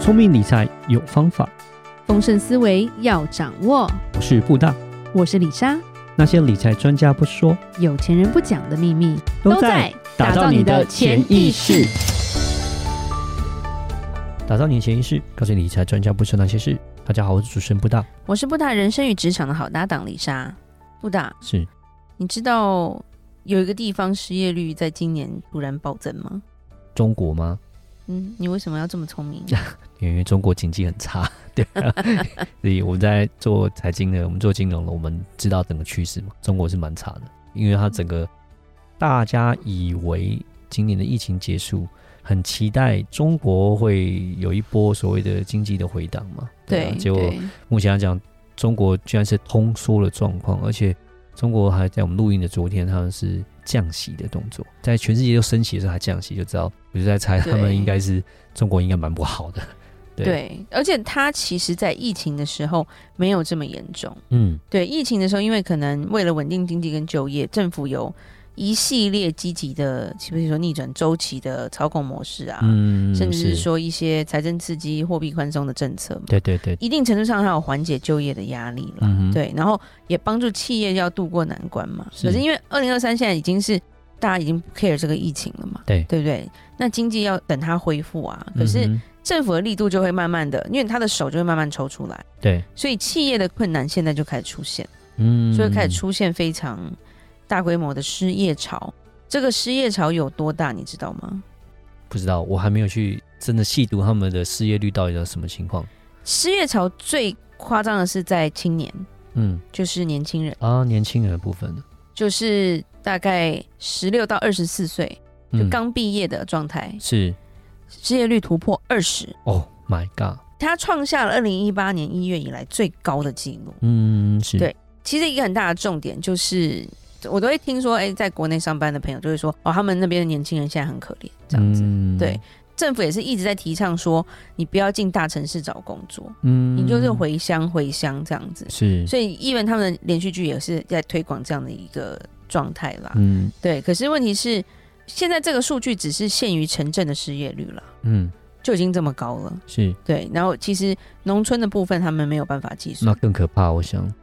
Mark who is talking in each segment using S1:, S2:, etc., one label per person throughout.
S1: 聪明理财有方法，
S2: 丰盛思维要掌握。
S1: 我是布大。
S2: 我是李莎，
S1: 那些理财专家不说，
S2: 有钱人不讲的秘密
S1: 打造你的潜意识。，打造你的潜意识，告诉你理财专家不说那些事。大家好，我是主持人布大。
S2: 我是布达人生与职场的好搭档李莎。布达，
S1: 是
S2: 你知道有一个地方失业率在今年突然暴增吗？
S1: 中国吗？
S2: 嗯，你为什么要这么聪 明？
S1: 啊因为中国经济很差， 对、 啊，所以我们在做财经的，我们做金融的，我们知道整个趋势嘛。中国是蛮差的，因为它整个大家以为今年的疫情结束，很期待中国会有一波所谓的经济的回档嘛，啊
S2: 对，
S1: 结果
S2: 对
S1: 目前来讲，中国居然是通缩的状况，而且中国还在我们录音的昨天，他们是降息的动作，在全世界都升息的时候还降息，就知道我就在猜
S2: 对
S1: 他们应该是中国应该蛮不好的。对
S2: 对，而且它其实，在疫情的时候没有这么严重。
S1: 嗯，
S2: 对，疫情的时候，因为可能为了稳定经济跟就业，政府有一系列积极的，比如说逆转周期的操控模式啊，
S1: 嗯，
S2: 甚至是，说一些财政刺激、货币宽松的政策嘛，
S1: 对对对，
S2: 一定程度上还有缓解就业的压力了。
S1: 嗯哼，，
S2: 对，然后也帮助企业要渡过难关嘛。
S1: 是
S2: 可是因为二零二三现在已经是大家已经不 care 这个疫情了嘛，
S1: 对
S2: 对不对？那经济要等它恢复啊，可是
S1: 嗯哼
S2: 政府的力度就会慢慢的，因为他的手就会慢慢抽出来，
S1: 对，
S2: 所以企业的困难现在就开始出现。
S1: 嗯，
S2: 就会开始，出现非常大规模的失业潮。这个失业潮有多大，你知道吗？
S1: 不知道，我还没有去真的细读他们的失业率到底是什么情况。
S2: 失业潮最夸张的是在青年，
S1: 嗯
S2: 就是年轻人，
S1: 啊，年轻人的部分呢，
S2: 就是大概十六到二十四岁，就
S1: 嗯
S2: 刚毕业的状态，
S1: 是
S2: 失业率突破二十，
S1: ，Oh my god，
S2: 它创下了二零一八年一月以来最高的纪录。
S1: 嗯，是，
S2: 对其实一个很大的重点就是，我都会听说，哎、在国内上班的朋友就会说，哦，他们那边的年轻人现在很可怜，这样子。
S1: 嗯
S2: 对，政府也是一直在提倡说，你不要进大城市找工作，
S1: 嗯，
S2: 你就是回乡回乡这样子。
S1: 是，
S2: 所以，艺人他们的连续剧也是在推广这样的一个状态啦。
S1: 嗯
S2: 对，可是问题是，现在这个数据只是限于城镇的失业率啦，
S1: 嗯
S2: 就已经这么高了。
S1: 是，
S2: 对，然后其实农村的部分他们没有办法计
S1: 那
S2: 算。
S1: 更可怕，我想，
S2: 啊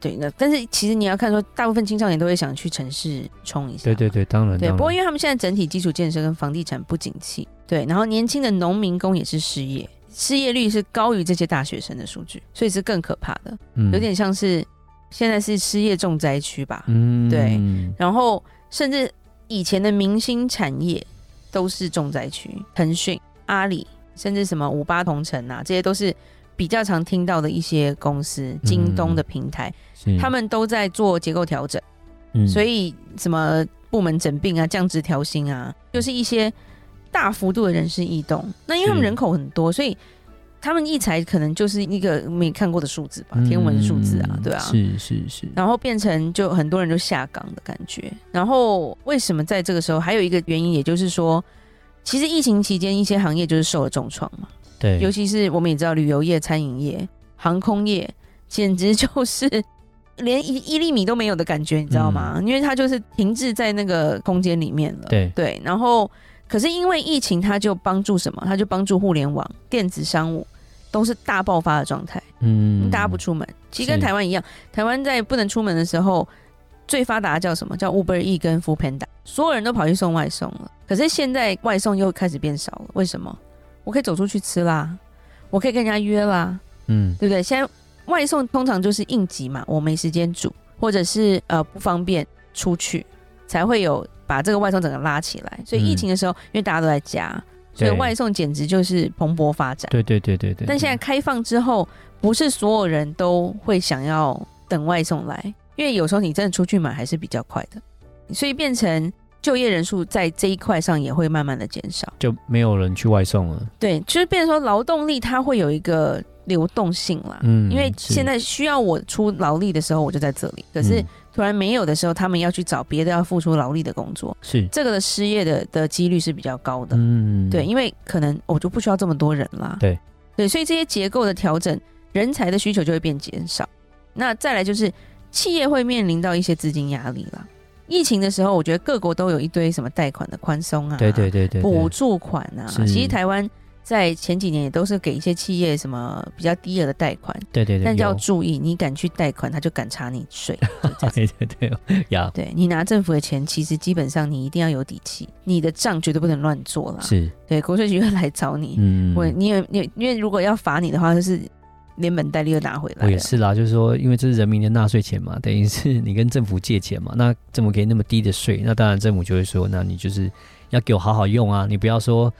S2: 对，那但是其实你要看说，大部分青少年都会想去城市冲一下。
S1: 对对对，当然，
S2: 对，
S1: 当
S2: 不过
S1: 然
S2: 因为他们现在整体基础建设跟房地产不景气，对，然后年轻的农民工也是失业，失业率是高于这些大学生的数据，所以是更可怕的，
S1: 嗯
S2: 有点像是现在是失业重灾区吧。
S1: 嗯
S2: 对然后甚至以前的明星产业都是重灾区，腾讯、阿里，甚至什么五八同城啊，这些都是比较常听到的一些公司，京
S1: 嗯
S2: 东的平台，
S1: 是
S2: 他们都在做结构调整。
S1: 嗯
S2: 所以什么部门整并啊、降职调薪啊，就是一些大幅度的人事异动。那因为他们
S1: 是
S2: 人口很多，所以他们异才可能就是一个没看过的数字吧，天文数字啊
S1: 嗯，
S2: 对啊。
S1: 是是是，
S2: 然后变成就很多人就下岗的感觉。然后为什么在这个时候还有一个原因，也就是说，其实疫情期间一些行业就是受了重创嘛，
S1: 对，
S2: 尤其是我们也知道旅游业、餐饮业、航空业，简直就是 连一一粒米都没有的感觉，你知道吗？因为它就是停滞在那个空间里面了。
S1: 嗯对
S2: 然后可是因为疫情，它就帮助什么？它就帮助互联网、电子商务都是大爆发的状态，
S1: 嗯
S2: 大家不出门，其实跟
S1: 是
S2: 台湾一样，台湾在不能出门的时候。最发达的叫什么？叫 Uber E 跟 f o o Panda，所有人都跑去送外送了。可是现在外送又开始变少了，为什么？我可以走出去吃啦，我可以跟人家约啦，
S1: 嗯
S2: 对不对？现在外送通常就是应急嘛，我没时间煮，或者是呃不方便出去，才会有把这个外送整个拉起来。所以疫
S1: 嗯
S2: 情的时候，因为大家都在家，所以
S1: 对
S2: 外送简直就是蓬勃发展。
S1: 对对对对对，
S2: 但现在开放之后，不是所有人都会想要等外送来，因为有时候你真的出去买还是比较快的，所以变成就业人数在这一块上也会慢慢的减少。
S1: 就没有人去外送了，
S2: 对，就是变成说劳动力它会有一个流动性啦。
S1: 嗯，
S2: 因为
S1: 是
S2: 现在需要我出劳力的时候，我就在这里。可是
S1: 嗯
S2: 突然没有的时候，他们要去找别的要付出劳力的工作，
S1: 是
S2: 这个的失业的的几率是比较高的。
S1: 嗯
S2: 对，因为可能我就不需要这么多人啦。
S1: 对
S2: 对，所以这些结构的调整，人才的需求就会变减少。那再来就是企业会面临到一些资金压力啦。疫情的时候，我觉得各国都有一堆什么贷款的宽松啊，
S1: 对对对对对
S2: 补助款啊。
S1: 是
S2: 其实台湾在前几年也都是给一些企业什么比较低额的贷款，
S1: 对对对，
S2: 但是要
S1: 有
S2: 注意，你敢去贷款，他就敢查你 税。
S1: 对对对呀，
S2: 对你拿政府的钱，其实基本上你一定要有底气，你的账绝对不能乱做啦。
S1: 是，
S2: 对，国税局会来找啊你，
S1: 嗯，
S2: 我你也你因为如果要罚你的话，就是连本带利又拿回来
S1: 我也
S2: 了。
S1: 是啦，就是说，因为这是人民的纳税钱嘛，等于是你跟政府借钱嘛，那政府给那么低的税，那当然政府就会说，那你就是要给我好好用啊，你不要说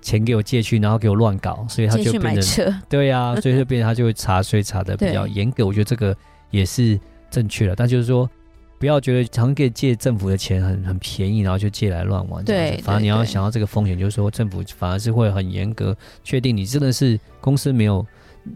S1: 钱给我借去，然后给我乱搞，所以他
S2: 先
S1: 就
S2: 去
S1: 变
S2: 买
S1: 成
S2: 车，
S1: 对 呀、所以就变成他就会查税查的比较
S2: 对
S1: 严格，我觉得这个也是正确的，但就是说。不要觉得常可以借政府的钱很很便宜，然后就借来乱玩这样子。
S2: 对
S1: 反而
S2: 对
S1: 你要
S2: 对
S1: 想到这个风险，就是说政府反而是会很严格确定你真的是公司没有，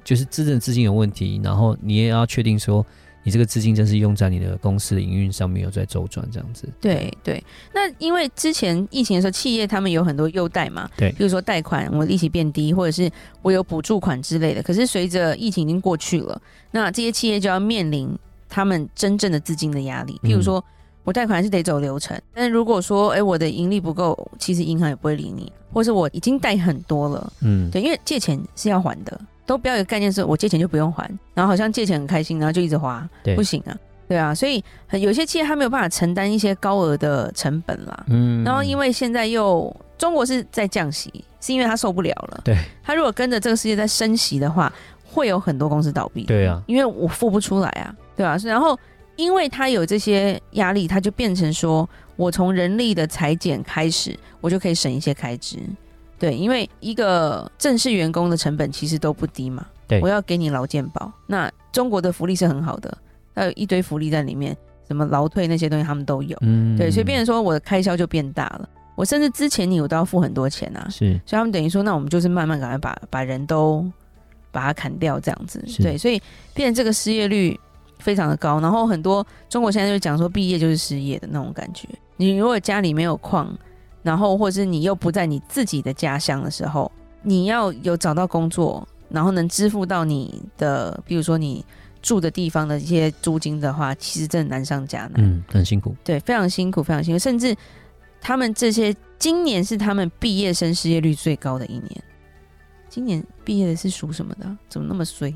S1: 就是资政资金有问题，然后你也要确定说你这个资金真是用在你的公司的营运上面有在周转这样子。
S2: 对对，那因为之前疫情的时候，企业他们有很多优待嘛，
S1: 对
S2: 比如说贷款我利息变低，或者是我有补助款之类的。可是随着疫情已经过去了，那这些企业就要面临他们真正的资金的压力。譬如
S1: 嗯
S2: 说，我贷款还是得走流程，但是如果说，哎，我的盈利不够，其实银行也不会理你，或是我已经贷很多了，
S1: 嗯，
S2: 对，因为借钱是要还的，都不要有概念是我借钱就不用还，然后好像借钱很开心，然后就一直花，
S1: 对
S2: 不行啊，对啊，所以很有些企业它没有办法承担一些高额的成本啦。
S1: 嗯
S2: 然后因为现在又中国是在降息，是因为它受不了了。
S1: 对，
S2: 它如果跟着这个世界在升息的话，会有很多公司倒闭。
S1: 对啊，
S2: 因为我付不出来啊，对吧、然后因为他有这些压力，他就变成说我从人力的裁减开始，我就可以省一些开支。对，因为一个正式员工的成本其实都不低嘛。
S1: 对
S2: 我要给你劳健保。那中国的福利是很好的，它有一堆福利在里面，什么劳退那些东西他们都有。
S1: 嗯
S2: 对，所以变成说我的开销就变大了。我甚至之前你我都要付很多钱啊，
S1: 是
S2: 所以他们等于说，那我们就是慢慢赶快把把人都把它砍掉，这样子。
S1: 是
S2: 对，所以变成这个失业率非常的高，然后很多中国现在就讲说毕业就是失业的那种感觉。你如果家里没有矿，然后或是你又不在你自己的家乡的时候，你要有找到工作，然后能支付到你的，比如说你住的地方的一些租金的话，其实真的难上加难。
S1: 嗯很辛苦，
S2: 对，非常辛苦，非常辛苦，甚至他们这些今年是他们毕业生失业率最高的一年。今年毕业的是属什么的啊？怎么那么衰？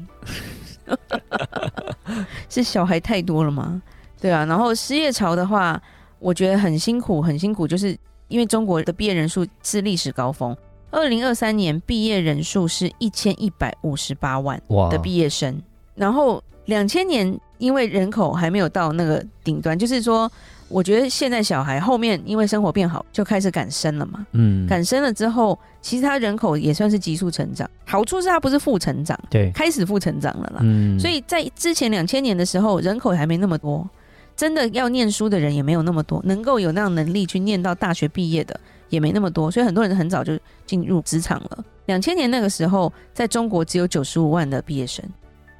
S2: 是小孩太多了吗？对啊，然后失业潮的话，我觉得很辛苦，很辛苦，就是因为中国的毕业人数是历史高峰，二零二三年毕业人数是一千一百五十八万。
S1: 哇
S2: 的毕业生。然后两千年因为人口还没有到那个顶端，就是说，我觉得现在小孩后面因为生活变好，就开始敢生了嘛。
S1: 嗯
S2: 敢生了之后，其实他人口也算是急速成长，好处是它不是负成长，
S1: 对
S2: 开始负成长了啦。
S1: 嗯
S2: 所以在之前两千年的时候，人口还没那么多，真的要念书的人也没有那么多，能够有那样能力去念到大学毕业的也没那么多，所以很多人很早就进入职场了。两千年那个时候，在中国只有九十五万的毕业生，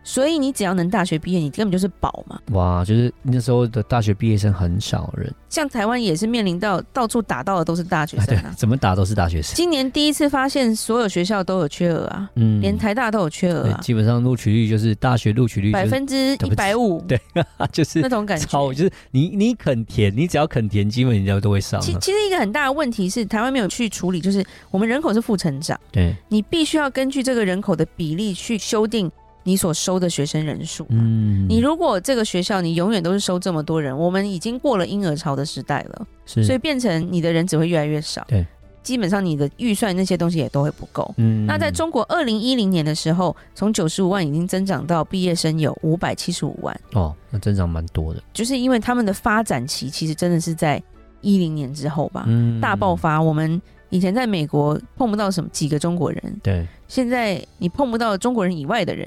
S2: 所以你只要能大学毕业，你根本就是宝嘛。
S1: 哇，就是那时候的大学毕业生很少人，
S2: 像台湾也是面临到到处打到的都是大学生
S1: 哎对
S2: 啊，。
S1: 怎么打都是大学生，
S2: 今年第一次发现所有学校都有缺额啊，
S1: 嗯
S2: 连台大都有缺额
S1: 对
S2: 啊，
S1: 基本上录取率就是大学录取率、就是、
S2: 百分之一百五，
S1: 对， 就是
S2: 那种感觉。
S1: 超就是你你肯填，你只要肯填，基本人家都会上
S2: 其
S1: 了。
S2: 其实一个很大的问题是，台湾没有去处理，就是我们人口是负成长，
S1: 对，
S2: 你必须要根据这个人口的比例去修订你所收的学生人数。
S1: 嗯，
S2: 你如果这个学校你永远都是收这么多人，我们已经过了婴儿潮的时代了，
S1: 是
S2: 所以变成你的人只会越来越少。
S1: 对，
S2: 基本上你的预算那些东西也都会不够。
S1: 嗯
S2: 那在中国二零一零年的时候，从九十五万已经增长到毕业生有五百七十五万，
S1: 哦，那增长蛮多的，
S2: 就是因为他们的发展期其实真的是在一零年之后吧。
S1: 嗯，
S2: 啊大爆，发。我们以前在美国碰不到什么几个中国人，
S1: 对，
S2: 现在你碰不到中国人以外的人，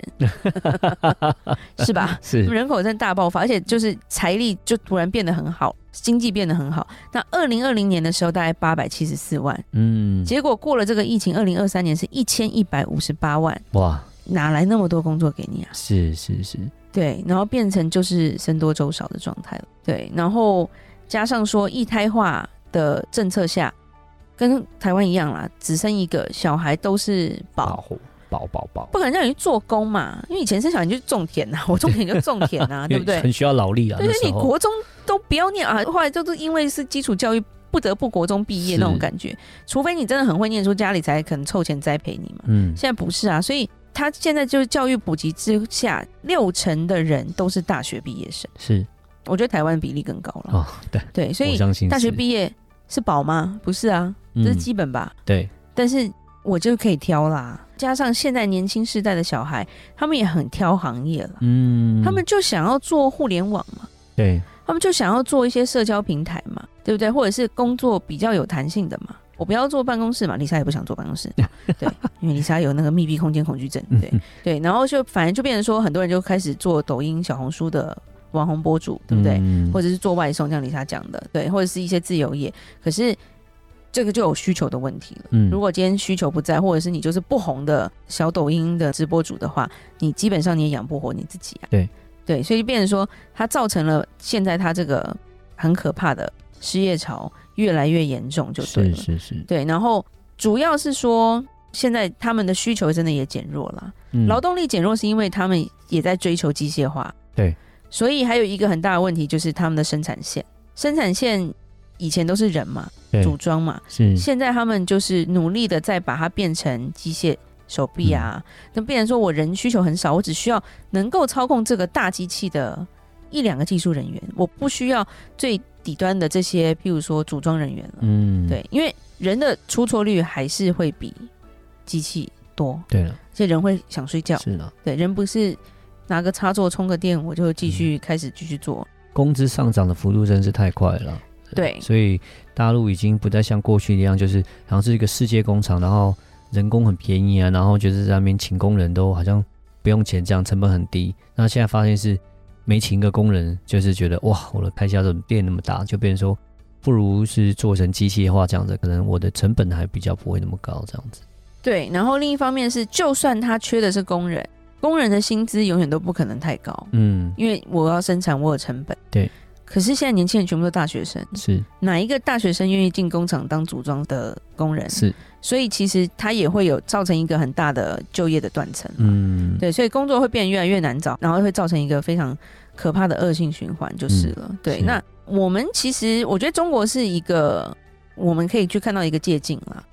S2: 是吧？
S1: 是，
S2: 人口真的大爆发，而且就是财力就突然变得很好，经济变得很好。那二零二零年的时候大概八百七十四万，
S1: 嗯，
S2: 结果过了这个疫情，二零二三年是一千一百五十八万，
S1: 哇，
S2: 哪来那么多工作给你啊？
S1: 是是是，
S2: 对，然后变成就是僧多粥少的状态了。对，然后加上说一胎化的政策下，跟台湾一样啦，只生一个小孩都是宝，
S1: 护保保保，
S2: 不可能让你去做工嘛，因为以前生小孩你就种田呐、我种田就种 田呐、对不
S1: 因为
S2: 对？
S1: 很需要劳力啊，
S2: 对，
S1: 那
S2: 就
S1: 时
S2: 是你
S1: 候，
S2: 国中都不要念啊，后来就是因为是基础教育不不得不国中毕业
S1: 是
S2: 那种感觉，除非你真的很会念书，家里才肯凑钱栽培你嘛。
S1: 嗯，
S2: 现在不是啊，所以他现在就是教育普及之下，六成的人都是大学毕业生，
S1: 是
S2: 我觉得台湾比例更高了。
S1: 哦，对，
S2: 对，所
S1: 我
S2: 以
S1: 相信
S2: 大学
S1: 是
S2: 毕业是宝吗？不是啊，这是
S1: 嗯
S2: 基本吧。
S1: 对，
S2: 但是我就可以挑啦，加上现在年轻世代的小孩，他们也很挑行业了，
S1: 嗯，
S2: 他们就想要做互联网嘛，
S1: 对
S2: 他们就想要做一些社交平台嘛，对不对？或者是工作比较有弹性的嘛。我不要坐办公室嘛，丽莎也不想坐办公 室，对，因为丽莎有那个密闭空间恐惧症，对
S1: 嗯
S2: 对，然后就反正就变成说，很多人就开始做抖音、小红书的网红博主，对不对？
S1: 嗯
S2: 或者是做外送，像丽莎讲的，对，或者是一些自由业，可是这个就有需求的问题了。
S1: 嗯
S2: 如果今天需求不在，或者是你就是不红的小抖音的直播主的话，你基本上你也养不活你自己啊。
S1: 对
S2: 对，所以变成说，它造成了现在它这个很可怕的失业潮越来越严重，就
S1: 是
S2: 对了。
S1: 是是，
S2: 对，然后主要是说，现在他们的需求真的也减弱了。
S1: 嗯
S2: 劳动力减弱是因为他们也在追求机械化，
S1: 对，
S2: 所以还有一个很大的问题就是他们的生产线，生产线以前都是人嘛，
S1: 对嗯
S2: 组装嘛，
S1: 是
S2: 现在他们就是努力的在把它变成机械手臂啊，
S1: 嗯
S2: 那、变成说我人需求很少，我只需要能够操控这个大机器的一两个技术人员，我不需要最底端的这些，譬如说组装人员了，
S1: 嗯，
S2: 对，因为人的出错率还是会比机器多，
S1: 对了，
S2: 而且人会想睡觉。
S1: 是啊了，
S2: 对，人不是拿个插座充个电，我就
S1: 嗯
S2: 继续开始继续做。
S1: 工资上涨的幅度真是太快了。
S2: 对
S1: 所以大陆已经不再像过去一样，就是好像是一个世界工厂，然后人工很便宜啊，然后就是在那边请工人都好像不用钱，这样成本很低。那现在发现是没请一个工人，就是觉得哇，我的开销怎么变那么大？就变成说，不如是做成机械化这样子，可能我的成本还比较不会那么高，这样子。
S2: 对，然后另一方面是，就算他缺的是工人，工人的薪资永远都不可能太高，
S1: 嗯，
S2: 因为我要生产，我有成本。
S1: 对。
S2: 可是现在年轻人全部都大学生，
S1: 是
S2: 哪一个大学生愿意进工厂当组装的工人？
S1: 是，
S2: 所以其实他也会有造成一个很大的就业的断层。
S1: 嗯，
S2: 对，所以工作会变得越来越难找，然后会造成一个非常可怕的恶性循环，就是了。对，
S1: 嗯是
S2: 那我们其实我觉得中国是一个我们可以去看到一个借镜啦，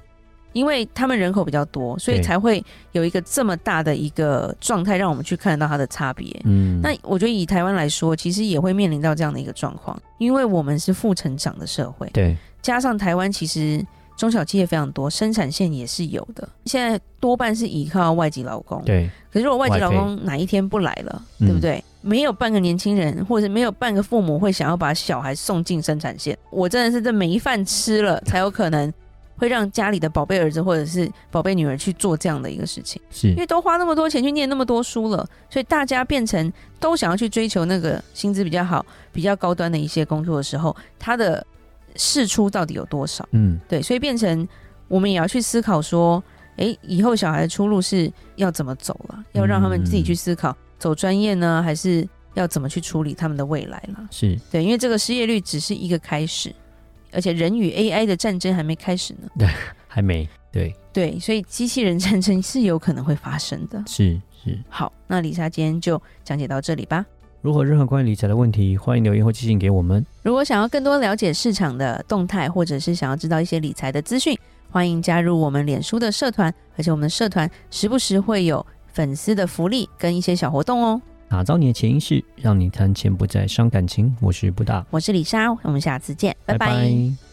S2: 因为他们人口比较多，所以
S1: 对
S2: 才会有一个这么大的一个状态，让我们去看得到它的差别。
S1: 嗯，
S2: 那我觉得以台湾来说，其实也会面临到这样的一个状况，因为我们是负成长的社会，
S1: 对，
S2: 加上台湾其实中小企业非常多，生产线也是有的，现在多半是依靠外籍劳工。
S1: 对，
S2: 可是我外籍
S1: 外
S2: 老
S1: 配
S2: 公哪一天不来了，
S1: 嗯
S2: 对不对？没有半个年轻人，或者没有半个父母会想要把小孩送进生产线。我真的是这没饭吃 了，才有可能会让家里的宝贝儿子或者是宝贝女儿去做这样的一个事情，
S1: 是
S2: 因为都花那么多钱去念那么多书了，所以大家变成都想要去追求那个薪资比较好、比较高端的一些工作的时候，他的事出到底有多少？
S1: 嗯，
S2: 对，所以变成我们也要去思考说，诶，以后小孩的出路是要怎么走了？要让他们自己去思考，走专业呢，还是要怎么去处理他们的未来了？
S1: 是
S2: 对，因为这个失业率只是一个开始，而且人与 AI 的战争还没开始呢。
S1: 还没，对，
S2: 对，所以机器人战争是有可能会发生的。
S1: 是是。
S2: 好，那李莎今天就讲解到这里吧。
S1: 如果有任何关于理财的问题，欢迎留言或寄信给我们。
S2: 如果想要更多了解市场的动态，或者是想要知道一些理财的资讯，欢迎加入我们脸书的社团，而且我们的社团时不时会有粉丝的福利跟一些小活动哦。
S1: 打造你的潜意识，让你谈钱不再伤感情。我是布大，
S2: 我是李莎，我们下次见，拜拜
S1: 拜